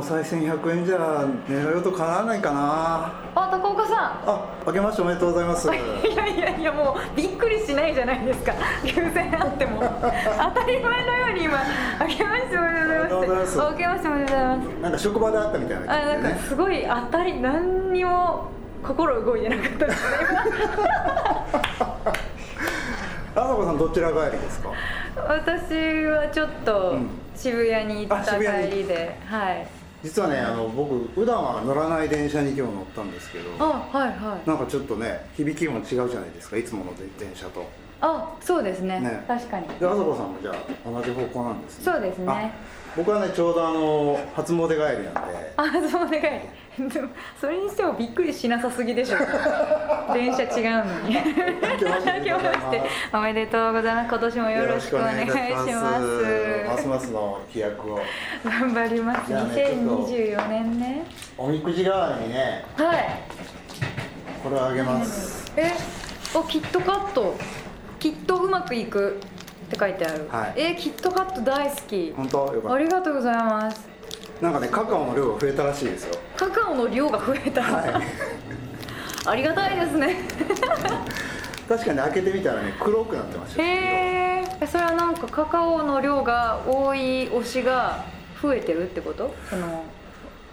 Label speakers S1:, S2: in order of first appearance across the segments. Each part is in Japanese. S1: 1100円じゃ寝ろよとかなわないかな
S2: あ高岡さ
S1: あ明けましておめでとうございます
S2: んいやいやいやもうびっくりしないじゃないですか偶然あっても当たり前のように今明けましておめでとうございます
S1: あ
S2: 明けましておめでとうございます
S1: なんか職場であったみたいな
S2: あな
S1: 感
S2: ん
S1: じで
S2: か
S1: ね
S2: すごい当たり何にも心動いてなかったです ね
S1: あさこさんどちら帰りですか
S2: 今私はちょっと
S1: うん
S2: 渋谷に行っ
S1: あ
S2: た
S1: 渋谷に
S2: 帰りで、はい
S1: 実はねあの僕普段は乗らない電車に今日乗ったんですけど
S2: あはいはい
S1: なんかちょっとね響きも違うじゃないですかいつもの電車と
S2: あそうですね
S1: ね
S2: 確かに
S1: であさこさんもじゃあ同じ方向なんですね
S2: そうですね
S1: あ僕はねちょうどあの初詣帰りなんで
S2: あそうお願いでもそれにしてもびっくりしなさすぎでしょ電車違うのに
S1: 明けましておめで
S2: 明け
S1: と
S2: ま
S1: うございます
S2: して おめでとうございます今年もよろしくお願いします
S1: ますますの飛躍を
S2: 頑張ります
S1: じゃあねちょっと
S2: 2024年ね
S1: おみくじ代わりにね
S2: はい
S1: これをあげます
S2: えおキットカットきっとうまくいくって書いてある、
S1: はい
S2: えキットカット大好き
S1: 本当よか
S2: あ
S1: っ
S2: りがとうございます
S1: たなんかねカカオの量が増えたらしいですよ
S2: カカオの量が増えた、
S1: はい
S2: ありがたいですね
S1: 確かに開けてみたらね黒くなってましたよ
S2: へえそれはなんかカカオの量が多い推しが増えてるってことその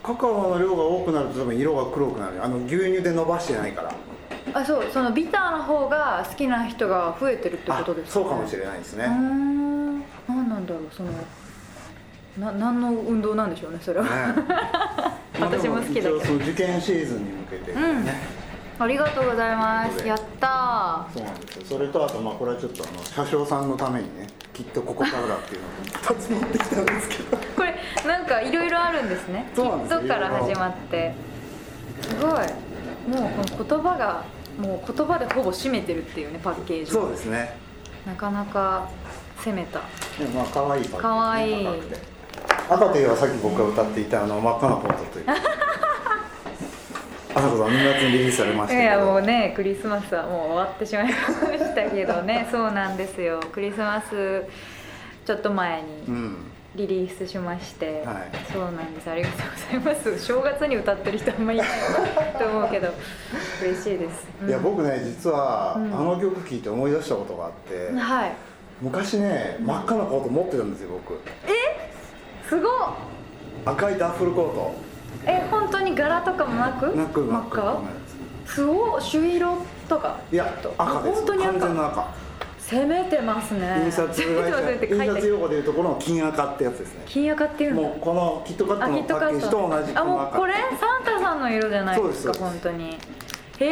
S1: カカオの量が多くなると多分色が黒くなるあの牛乳で伸ばしてないから
S2: あそうそのビターの方が好きな人が増えてるってことです
S1: あそうかもし
S2: ない
S1: れないです
S2: うー
S1: ねね
S2: ん何なんだろうそのな何の運動なんでしょうねそれは、
S1: まあで
S2: 私も好きだけど
S1: 一応その受験シーズンに向けてね、
S2: うんありがとうございま
S1: ということ
S2: す。
S1: で
S2: やった
S1: そうなんですよそれとあとまあこれはちょっとあの車掌さんのためにねきっとここからだっていうのを2つ持ってきたんですけ ど
S2: ー。これなんかいろいろあるんですね。
S1: そうなんですよ
S2: きっとから始まって。すごい。もうこの言葉がもう言葉でほぼ締めてるっていうねパッケージ。
S1: そうですね
S2: なかなか攻めた。
S1: でもまあ可愛いパッケージね
S2: 可愛い
S1: 赤くて赤といえばさっき僕が歌っていたあの真っ赤なポンドというあさこさん2月にリリースされました
S2: い
S1: け
S2: やも
S1: ど
S2: うねクリスマスはもう終わってしまいましたけど ね。そうなんですよ。クリスマスちょっと前
S1: う
S2: に。
S1: ん
S2: リリースしまして、
S1: はい
S2: そうなんですありがとうございます正月に歌ってる人あんまりいないなと思うけど嬉しいです、うん
S1: いや僕ね実は、
S2: うん
S1: あの曲聴いて思い出したことがあって、
S2: はい
S1: 昔ね真っ赤なコート持ってたんですよ僕
S2: すごっ
S1: 赤いダッフルコート
S2: え本当に柄とかもなく
S1: なく
S2: 真
S1: 真
S2: っ
S1: っ赤
S2: 赤
S1: なやつ
S2: すごっ朱色とか
S1: いや赤です
S2: 本当に
S1: 完全
S2: 赤
S1: な赤
S2: 攻めてますね
S1: 印 刷
S2: 攻めてますね
S1: 会
S2: って
S1: 社印
S2: 書い
S1: 刷
S2: て
S1: 用語でいうところの金赤ってやつですね
S2: 金赤っていう
S1: も
S2: の
S1: うこのキットカットのパッケージと同じ
S2: あ
S1: この
S2: もう
S1: 赤
S2: これサンタさんの色じゃないですか
S1: そうで
S2: 本当にへえ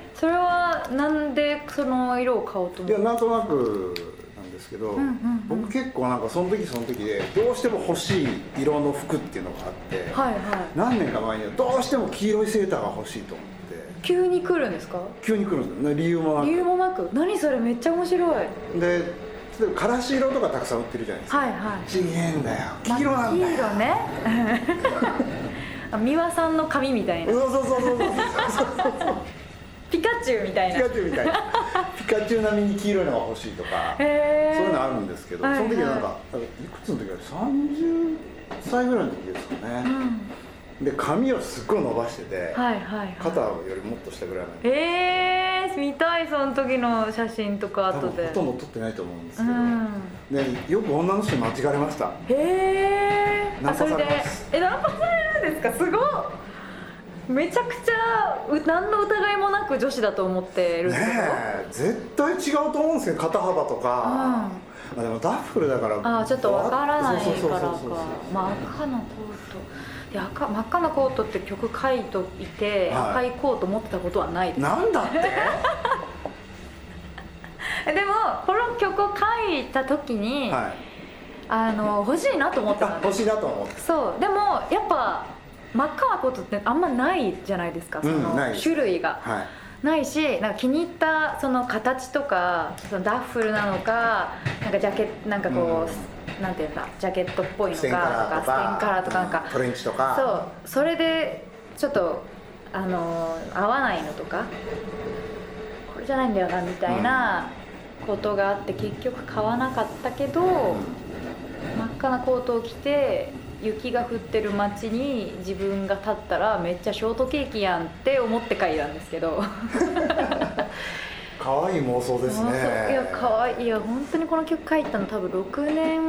S2: えそれはなんでその色を買おうと
S1: い
S2: 思
S1: や
S2: う
S1: なんとなくなんですけど、
S2: んうん
S1: 僕結構なんかその時その時でどうしても欲しい色の服っていうのがあって、
S2: はいはい
S1: 何年か前にはどうしても黄色いセーターが欲しいと思って
S2: 急に来るんですか
S1: 急に来るんですよね理由もな
S2: 理由
S1: く
S2: もなく何それめっちゃ面白いはい
S1: で例えばからし色とかたくさん売ってるじゃないですか、
S2: はい
S1: ちげえんだよ黄色なんだよ、
S2: まあ黄色ね あ美輪さんの髪みたいな
S1: そうそうそうそうそう
S2: ピカチュウみたい
S1: ピ
S2: な
S1: カチュウみた いなピカチュウ並みに黄色いのが欲しいとかそう
S2: へー
S1: いうのあるんですけど、
S2: はいはい
S1: その時はなんかなんかいくつの時だ30歳ぐらいの時ですかね、
S2: うん
S1: で髪をすっごい伸ばしてて、
S2: はいはいはい
S1: 肩よりもっと下ぐらいまで
S2: えー、見たいその時の写真とか
S1: 多分
S2: 後で
S1: ほとんど撮ってないと思うんです
S2: う
S1: けど、
S2: ん
S1: でよく女の人に間違われました
S2: へえ
S1: ナンパ
S2: それ
S1: さ
S2: で
S1: れます
S2: えナンパされるんですかすごいめちゃくちゃう何の疑いもなく女子だと思ってるん
S1: ね
S2: ですよ
S1: え絶対違うと思うんですけど肩幅とか、まあ、でもダッフルだから
S2: あーちょっとわからない
S1: そうそ
S2: か
S1: うそ
S2: ら
S1: う
S2: か
S1: そうそう
S2: 真っ赤なコートで赤真っ赤なコートって曲書いといて、
S1: はい
S2: 赤いコート持ってたこと はないです
S1: なんだって
S2: えでもこの曲を書いた時に、
S1: はい
S2: あの欲しいなと思ってた
S1: あ
S2: んで
S1: 欲
S2: す
S1: しいなと思って
S2: そうでもやっぱ真っ赤なコートってあんまないじゃないですかその
S1: うんないです
S2: 種類が、
S1: はい
S2: ないしなんか気に入ったその形とかそのダッフルなのかなんかジャケなんかこう、なんていうんだジャケットっぽいのか
S1: ス
S2: と
S1: テンカラー
S2: か
S1: と
S2: ステン
S1: か
S2: カラーとかなんか、
S1: うんトレンチとか
S2: そうそれでちょっとあのー合わないのとかこれじゃないんだよなみたいなことがあって結局買わなかったけど、真っ赤なコートを着て雪が降ってる街に自分が立ったらめっちゃショートケーキやんって思って書いたんですけど
S1: 可愛い妄想ですね
S2: いや可愛いいや本当にこの曲書いたの多分6年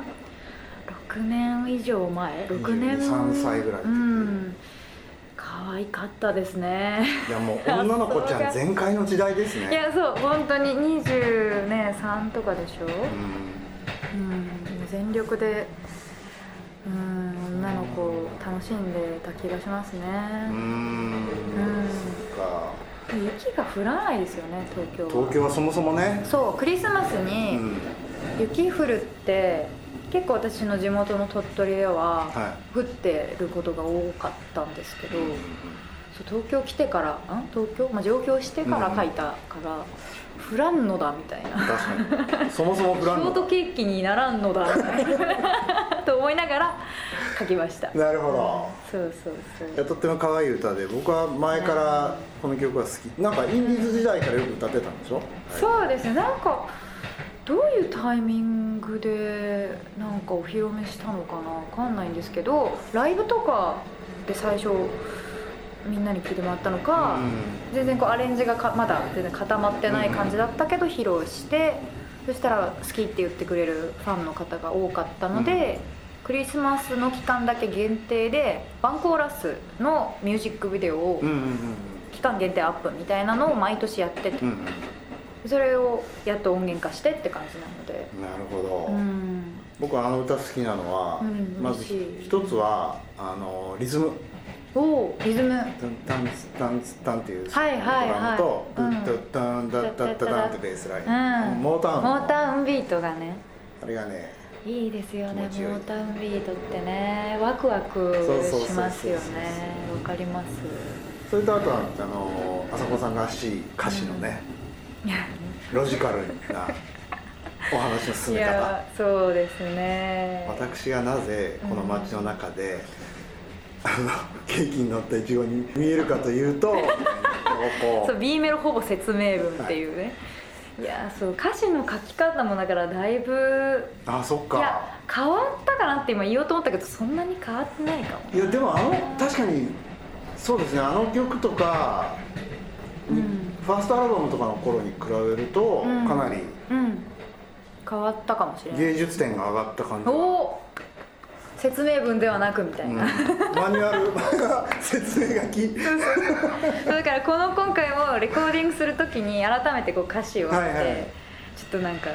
S2: 6年以上前6年
S1: 23歳ぐらい
S2: うん可愛かったですね
S1: いやもう女の子ちゃん全開の時代です
S2: い
S1: ね
S2: やそう本当に23、ね、3とかでしょ、
S1: うん
S2: うん、もう全力で、うん、女の子を楽しんでた気がしますね、
S1: うーん
S2: うん
S1: そっか
S2: 雪が降らないですよね東京は
S1: 東京はそもそもね
S2: そうクリスマス
S1: う
S2: に
S1: ん
S2: 雪降るって結構私の地元の鳥取では
S1: は
S2: 降ってることが多かったんですけ
S1: い
S2: ど、そう東京来てからん東京、まあ、上京してから書いたから、降らんのだみたいな
S1: 確かにそもそも
S2: シ
S1: フラン
S2: ョート
S1: の
S2: ケーキにならんのだみたいな と思いながら書きました
S1: なるほど
S2: そうそう
S1: い
S2: そ
S1: や
S2: う
S1: とっても可愛い歌で僕は前からこの曲が好きなんかインディーズ時代からよく歌ってたんでしょ
S2: そうですねなんかどういうタイミングでなんかお披露目したのかなわかんないんですけどライブとかで最初みんなに聞いてもらったのか、
S1: う
S2: 全然こうアレンジがかまだ全然固まってない感じだったけど披露してそしたら好きって言ってくれるファンの方が多かったので、クリスマスの期間だけ限定でワンコーラスのミュージックビデオを
S1: うんうん
S2: 期間限定アップみたいなのを毎年やって
S1: う
S2: て
S1: んうん
S2: それをやっと音源化してって感じなので
S1: うんなるほど、
S2: うん
S1: 僕はあの歌好きなのは、
S2: うん
S1: まず
S2: 嬉しい
S1: 一つはあのリズム
S2: おおリズム
S1: タンタンツタンツタンっていうド
S2: はいはい
S1: ラムと
S2: は
S1: ド
S2: い
S1: ッドッタンダッダッダダンってベースライン、あの
S2: うん
S1: モータウンの
S2: モータウンビートがね
S1: あれがね
S2: いいですよね
S1: 気持ちよい
S2: モータウンビートってねワクワク
S1: そうそうそうそう
S2: しますよねわかります
S1: それとあとはあの浅子さんらしい歌詞のね、
S2: いや
S1: ロジカルなお話の進め方
S2: そうですね
S1: 私がなぜこの街の中で、あのケーキに乗ったイチゴに見えるかという とこう
S2: そう B メロほぼ説明文っていうね、い、やそう歌詞の書き方もだからだいぶ
S1: あそっ
S2: い
S1: か
S2: や変わったかなって今言おうと思ったけどそんなに変わってないかも
S1: いやでもあの確かにそうですねあの曲とか、
S2: うん
S1: ファーストアルバムとかの頃に比べると、
S2: うん
S1: かなり
S2: うん変わったかもしれない
S1: 芸術点が上がった感じ
S2: お
S1: が、
S2: お説明文ではなくみた
S1: う
S2: い
S1: ん
S2: な、
S1: マニュアル が説明書き
S2: だからこの今回もレコーディングするときに改めてこう歌詞を見て、
S1: はいはい
S2: ちょっとなんか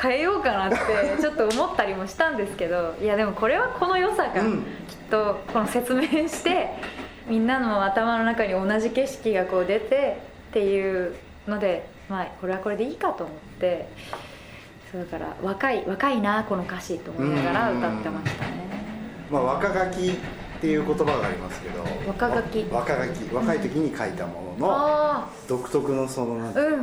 S2: 変えようか なってちょっと思ったりもしたんですけどいやでもこれはこの良さが、
S1: うん
S2: きっとこの説明して みんなの頭の中に同じ景色がこう出てっていうのでまあこれはこれでいいかと思ってそうだから若い若いなこの歌詞と思いながら歌ってましたね。
S1: まあ若書きっていう言葉がありますけど
S2: 若書き
S1: わ若書き若い時に書いたものの
S2: あ
S1: 独特のそのなん
S2: あ
S1: て
S2: うんうんうん、うん、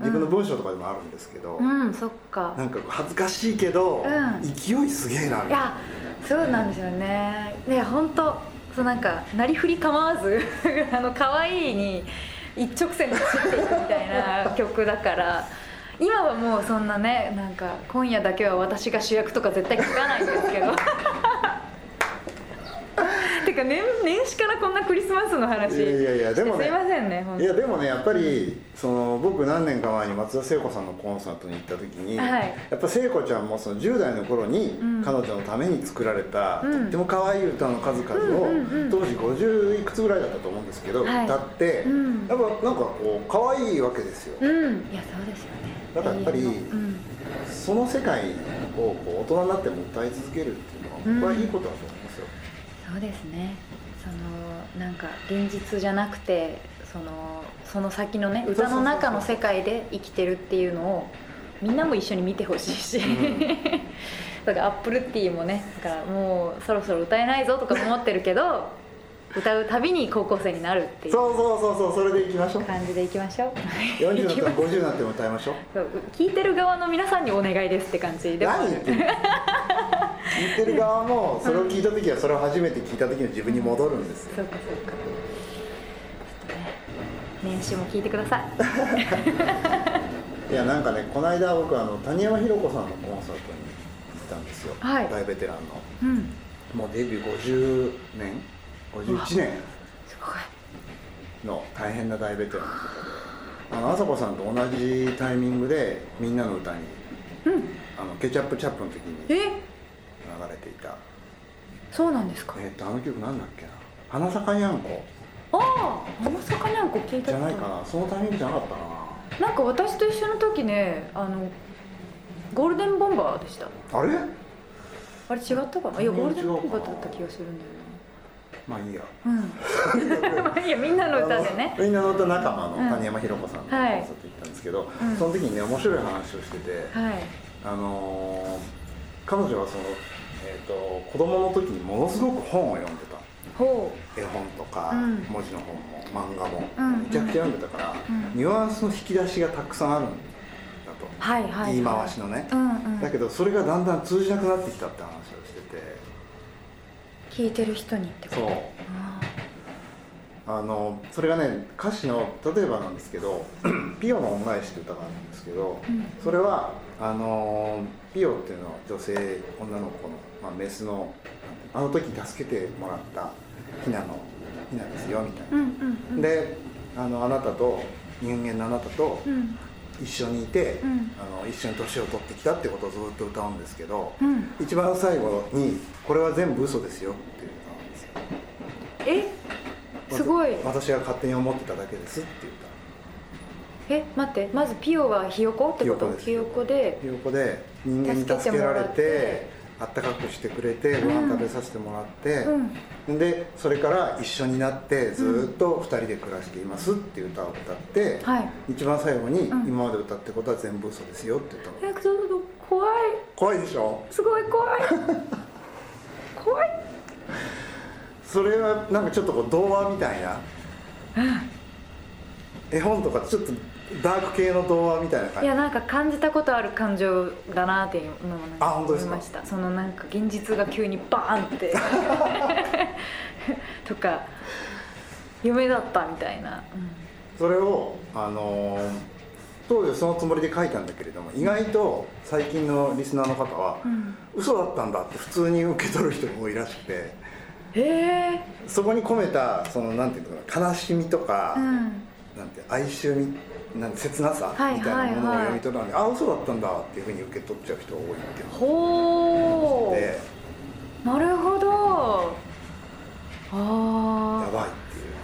S1: 自分の文章とかでもあるんですけど、
S2: うんそっか
S1: なんか恥ずかしいけど、
S2: うん
S1: 勢いすげえなみたい
S2: い
S1: な
S2: やそうなんですよねね本当そうなんかなりふり構わず あの可愛いに一直線で走っていくみた いな曲だから今はもうそんなねなんか今夜だけは私が主役とか絶対聞かないんです けどてか年年始からこんなクリスマスの話
S1: いやいやいやでもね
S2: すいませんね本
S1: いやでもねやっぱりその僕何年か前に松田聖子さんのコンサートに行った時に、
S2: はい
S1: やっぱ聖子ちゃんもその10代の頃に
S2: うん
S1: 彼女のために作られた、
S2: うん
S1: とっても可愛い歌の数々を、
S2: うんうんうん
S1: 当時50いくつぐらいだったと思うんですけど、
S2: はい
S1: 歌って、
S2: うん
S1: やっぱなんかこう可愛いわけですよ、
S2: 当うんいやそうですよね
S1: だからやっぱり
S2: 永遠のうん
S1: その世界をこう大人になっても歌い続けるっていうのは、これはいいことだと思いますよ
S2: そうですねそのなんか現実じゃなくてそのその先のね
S1: そうそう
S2: 歌
S1: そうそう
S2: の中の世界で生きてるっていうのをみんなも一緒に見てほしいし、 だからアップルティーもねだからもうそろそろ歌えないぞとか思ってるけど歌うたびに高校生になるっていう
S1: そうそうそうそうそれで行きましょう
S2: 感じでいきましょう
S1: 40に
S2: い
S1: なった
S2: きま
S1: ら
S2: し
S1: 50になっても歌いましょう
S2: ょう聞いてる側の皆さんにお願いですって感じでもあ
S1: 何
S2: る
S1: 言ってんの聞いてる側もそれを聞いた時はそれを初めて聞いた時の自分に戻るんですよ
S2: そうかそうかちょっとね年始も聞いてください
S1: いやなんかねこの間僕あの谷山ひろ子さんのコンサートに行ったんですよ、
S2: はい
S1: 大ベテランの
S2: うん
S1: もうデビュー50年51年
S2: すごい
S1: の大変な大ベテランの方であの朝子さんと同じタイミングで「みんなの歌に
S2: うん
S1: あのケチャップチャップの時に流
S2: え
S1: れていた
S2: そうなんですか
S1: えっとあの曲なんだっけな「花咲かにゃんこ
S2: ああまさかなんか聞い」た
S1: じゃ
S2: こと
S1: ないかなそのタイミングじゃなかったか
S2: なんか私と一緒の時ねあのゴールデンボンバーでした
S1: なあれ
S2: あれ違ったかないや
S1: 全然
S2: ゴールデンボンバ
S1: 違うか
S2: ーだ
S1: な
S2: った気がするんだよ
S1: まあいいや
S2: なうん まあいやみんなの歌でね
S1: あのみんなの歌仲間の
S2: うん
S1: 谷山ひろ子さんのコンサート行ったんですけど、
S2: うん
S1: その時にね面白い話をしてて、
S2: はい
S1: あのー彼女はその、えー、と子供の時にものすごく本を読んでた
S2: ほ
S1: 絵本とか、
S2: うん
S1: 文字の本も漫画も、
S2: うん
S1: めちゃくちゃ読んでたから、
S2: うん
S1: ニュアンスの引き出しがたくさんあるんだと、
S2: うはいはい、はい、
S1: 言い回しのね
S2: う、んうん
S1: だけどそれがだんだん通じなくなってきたって話をしてて
S2: 聞いてる人にってこと
S1: そう
S2: あ
S1: あのそれがね歌詞の例えばなんですけど 「ピオの恩返し」って歌があるんですけど、
S2: うん
S1: それはあのピオっていうのは女性女の子の、まあ、メスのあの時助けてもらったヒナのヒナですよみたい
S2: ーう
S1: な、
S2: んうんうん
S1: であのあなたと人間のあなたと
S2: うん
S1: 一緒にいて、
S2: うん
S1: あの一緒に年を取ってきたってことをずっと歌うんですけど、
S2: うん
S1: 一番最後に「これは全部嘘ですよ」っていう歌なんですよ
S2: えすごい
S1: 私が勝手に思ってただけですっていう歌
S2: え待ってまずピオはひよこってこと
S1: ひ
S2: ひ
S1: よ
S2: よ
S1: こ
S2: こ
S1: で
S2: で
S1: ひよこで人間に助けられてあったかくしてくれてご飯食べさせてもらって、
S2: うん
S1: でそれから一緒になってずっと2人で暮らしていますっていう歌を歌って、
S2: はい
S1: 一番最後に、
S2: うん
S1: 今まで歌ってことは全部嘘ですよ」って言ったの
S2: えちょっと怖い
S1: 怖いでしょ
S2: すごい怖 い怖い
S1: それはなんかちょっとこう童話みたいな、絵本とかちょっとダーク系の童話みたいな感
S2: い
S1: じ
S2: やなんか感じたことある感情だなっていうのもなん
S1: あ
S2: か
S1: 本当
S2: 思
S1: で
S2: い
S1: すか
S2: ましたそのなんか現実が急にバーン ってとか夢だったみたいな、
S1: それをあのー当時はそのつもりで書いたんだけれども意外と最近のリスナーの方は、
S2: うんうん、
S1: 嘘だったんだって普通に受け取る人も多いらしくて
S2: え
S1: そこに込めたそのなんていうのかな悲しみとか、
S2: ー、うん
S1: なんて哀愁みなんて切なさみ
S2: は
S1: た
S2: い
S1: いなものを
S2: はいはい
S1: 読み取るので、あ嘘だったんだっていうふうに受け取っちゃう人が多いっていう
S2: ほ
S1: の
S2: う
S1: で
S2: なるほどあ
S1: や
S2: あ
S1: ばいっていう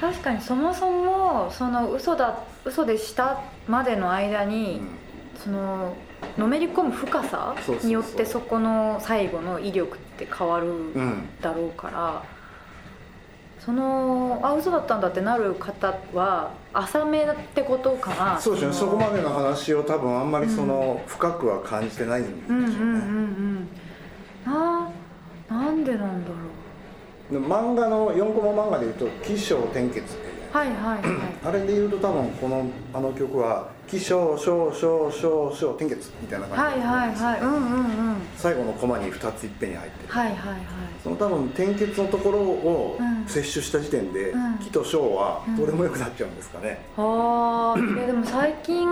S1: 話をしてま
S2: 確かにそもそもその嘘だ嘘でしたまでの間に、そののめり込む深さ
S1: そうそうそう
S2: によってそこの最後の威力って変わ
S1: した、うん
S2: る
S1: うん
S2: だろうから、そのあ嘘だったんだってなる方は浅めってことかな
S1: そうですねそこま
S2: で
S1: での話を多分あんまりその深くは感じてないんでしょ
S2: う
S1: うんね
S2: うん、うんうんななんでなんだろう
S1: で漫画の4コマ漫画でいうと「起承転結」っていうね
S2: はいはいはい
S1: あれで言うと多分このあの曲は「起承承承承承転結」みたいな感
S2: は
S1: じ
S2: いはいはいうんうんうん
S1: 最後のコマに2ついっぺんに入ってる、
S2: はいはいはい
S1: その多分転結のところを
S2: うん
S1: 摂取した時点で「
S2: うん
S1: 起」と「承」は
S2: うん
S1: どれも良くなっちゃうんですかね、
S2: あーいやでも最近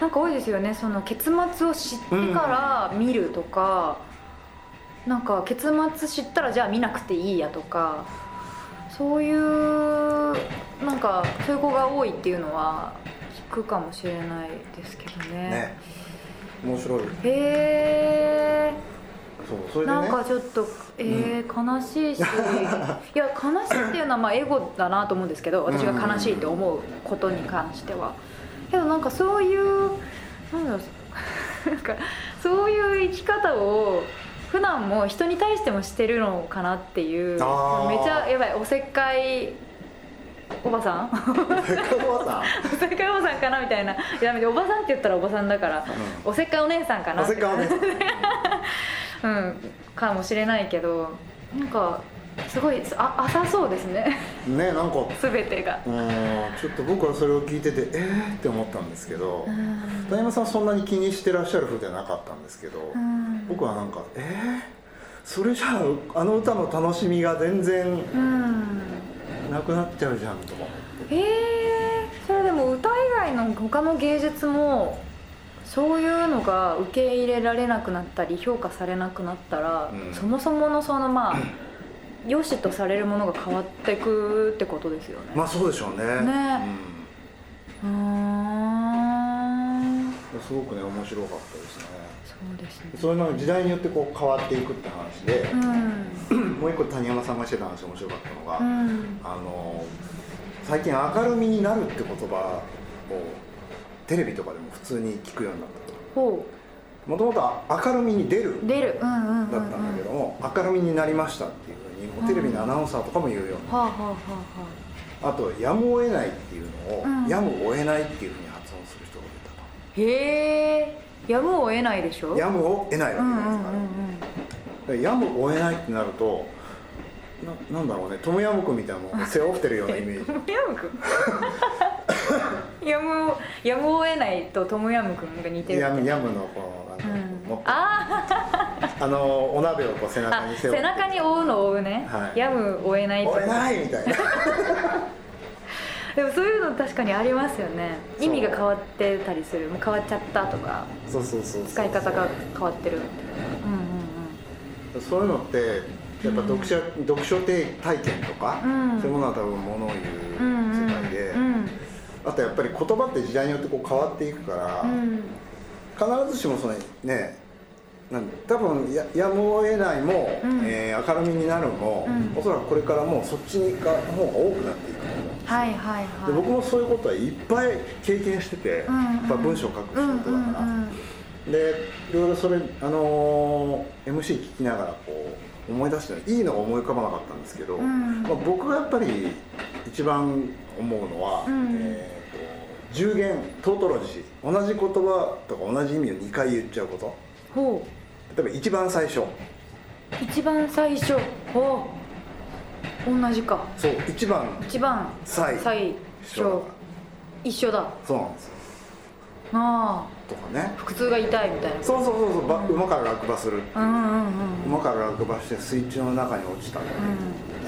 S2: なんか多いですよねその結末を知ってから見るとか、なんか結末知ったらじゃあ見なくていいやとかそういうなんかそういう子が多いっていうのは聞くかもしれないですけどね
S1: ね面白い
S2: へえ
S1: そうそれでね
S2: な んかちょっと、えー悲し いしいや悲しいっていうのはまあエゴだなと思うんですけど私が悲しいと思うことに関してはけどなんかそういうなんだろう なんかそういう生き方を普段も人に対してもしてるのかなっていうめち
S1: あー
S2: ゃやばいおせっかいおばさん
S1: 中川さ
S2: おせっかいおばさんかなみたいないやめておばさんって言ったらおばさんだから
S1: ん
S2: おせっかいお姉さんかな
S1: な
S2: って
S1: ぜかね
S2: うん、かもしれないけどなんかすごいあ浅そうですね
S1: ねなんか
S2: 全てが。
S1: うんちょっと僕はそれを聞いててえーって思ったんですけど
S2: うん
S1: 谷山さんはそんなに気にしてらっしゃる風ではなかったんですけど、
S2: うん
S1: 僕はなんかえー、それじゃああの歌の楽しみが全然
S2: うん
S1: なくなっちゃうじゃんとか思って
S2: えー、それでも歌以外の他の芸術もそういうのが受け入れられなくなったり評価されなくなったら、
S1: うん
S2: そもそものそ のまあ良しとされるものが変わっていくってことですよね。
S1: まあそうでしょうね
S2: ねうーん
S1: うん、すごくね面白かったですね
S2: そうですね。
S1: それの時代によってこう変わっていくって話で
S2: う、ん
S1: もう一個谷山さんがしてた話面白かったのが、
S2: うん
S1: あの最近明るみになるって言葉をテレビとかでも普通に聞くようになったと
S2: ほ
S1: もともと明るみに出る
S2: う出るうんうんうん、うん、
S1: だったんだけども、明るみになりましたっていうふうにもうテレビのアナウンサーとかも言うようになっ
S2: はあはあは
S1: た、あと「やむを得ない」っていうのを「
S2: うん
S1: やむを得ない」っていうふうに発音する人が出た
S2: あはあへえやむを得ないでしょ
S1: と「やむを得ない」わ
S2: う
S1: けじゃ
S2: んう
S1: ない
S2: ん
S1: ですか、
S2: うんうん
S1: でやむを得ないってなるとななんだろうねトムヤムクンみたいなも のを背負ってるようなイメージ
S2: トムヤムくん やむをやむを得ないとトムヤムくんが似てる
S1: ヤムヤムのこうあ
S2: う
S1: の、
S2: ん
S1: 持ってる
S2: あ
S1: あのお鍋をこう背
S2: ー
S1: 中
S2: あ
S1: に背
S2: 背
S1: 負って
S2: 中に覆うのを覆うね、
S1: はい
S2: やむを得ないと
S1: 追えないみたいな
S2: でもそういうの確かにありますよね
S1: そう
S2: 意味が変わってたりするもう変わっちゃったとか
S1: そうそうそうそう
S2: 使い方が変わってるみたいなうん
S1: そういうのってやっぱ読者、読書体験とか、
S2: うん
S1: そういうものは多分ものを
S2: うんうん
S1: 言う世界で、
S2: うん
S1: あとやっぱり言葉って時代によってこう変わっていくから、
S2: うん
S1: 必ずしもそのねなん多分ややむを得ないも、
S2: うん
S1: えー明るみになるも、
S2: うん
S1: おそらくこれからもうそっちがの方が多くなっていくと思うんですよ
S2: はいはいはい
S1: で僕もそういうことはいっぱい経験してて、
S2: うんうん
S1: やっぱ文章を書く仕事だから、
S2: うんうんうん
S1: でいろいろそれ、あのー MC 聞きながらこう思い出していいのが思い浮かばなかったんですけど、
S2: うん
S1: まあ、僕がやっぱり一番思うのは、
S2: うん
S1: えーと重言トートロジー同じ言葉とか同じ意味を2回言っちゃうこと
S2: ほ
S1: 例えば一番最初
S2: う一番最初ほう同じか
S1: そう一番
S2: 一番
S1: 最
S2: 最
S1: 初だ
S2: 初
S1: か
S2: 一緒だ
S1: らそうなんですよ
S2: ああ
S1: とかね
S2: 腹痛が痛いみたいな
S1: そうそうそうそうば馬から落馬する
S2: うんうんうん
S1: 馬から落馬して水中の中に落ちた、
S2: うん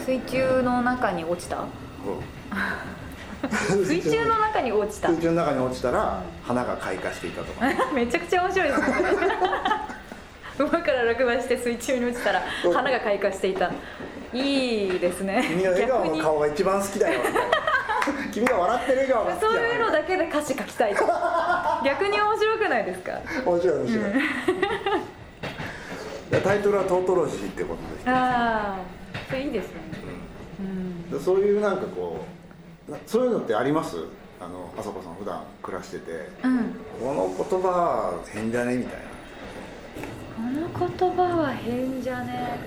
S2: 水中の中に落ちた
S1: そう
S2: 水中の中に落ちた
S1: 空中の中に落ちたら花が開花していたとか
S2: めちゃくちゃ面白いですね 馬から落馬して水中に落ちたら
S1: そう
S2: 花が開花していたいいですね
S1: 君の笑
S2: 逆
S1: 顔
S2: に
S1: の顔が一番好きだ よみたいな君が笑ってる笑顔が好きだ
S2: そう
S1: よ
S2: いうのだけで歌詞書きたい 逆に面白くないですか
S1: 面白い面白い、でタイトルは「トートロジー」ってことでした、
S2: ああそれいいですねうん
S1: うんでそういうなんかこうなそういうのってありますあのあさこさん普段暮らしてて
S2: うん
S1: この言葉変じゃねみたいな
S2: この言葉は変じゃね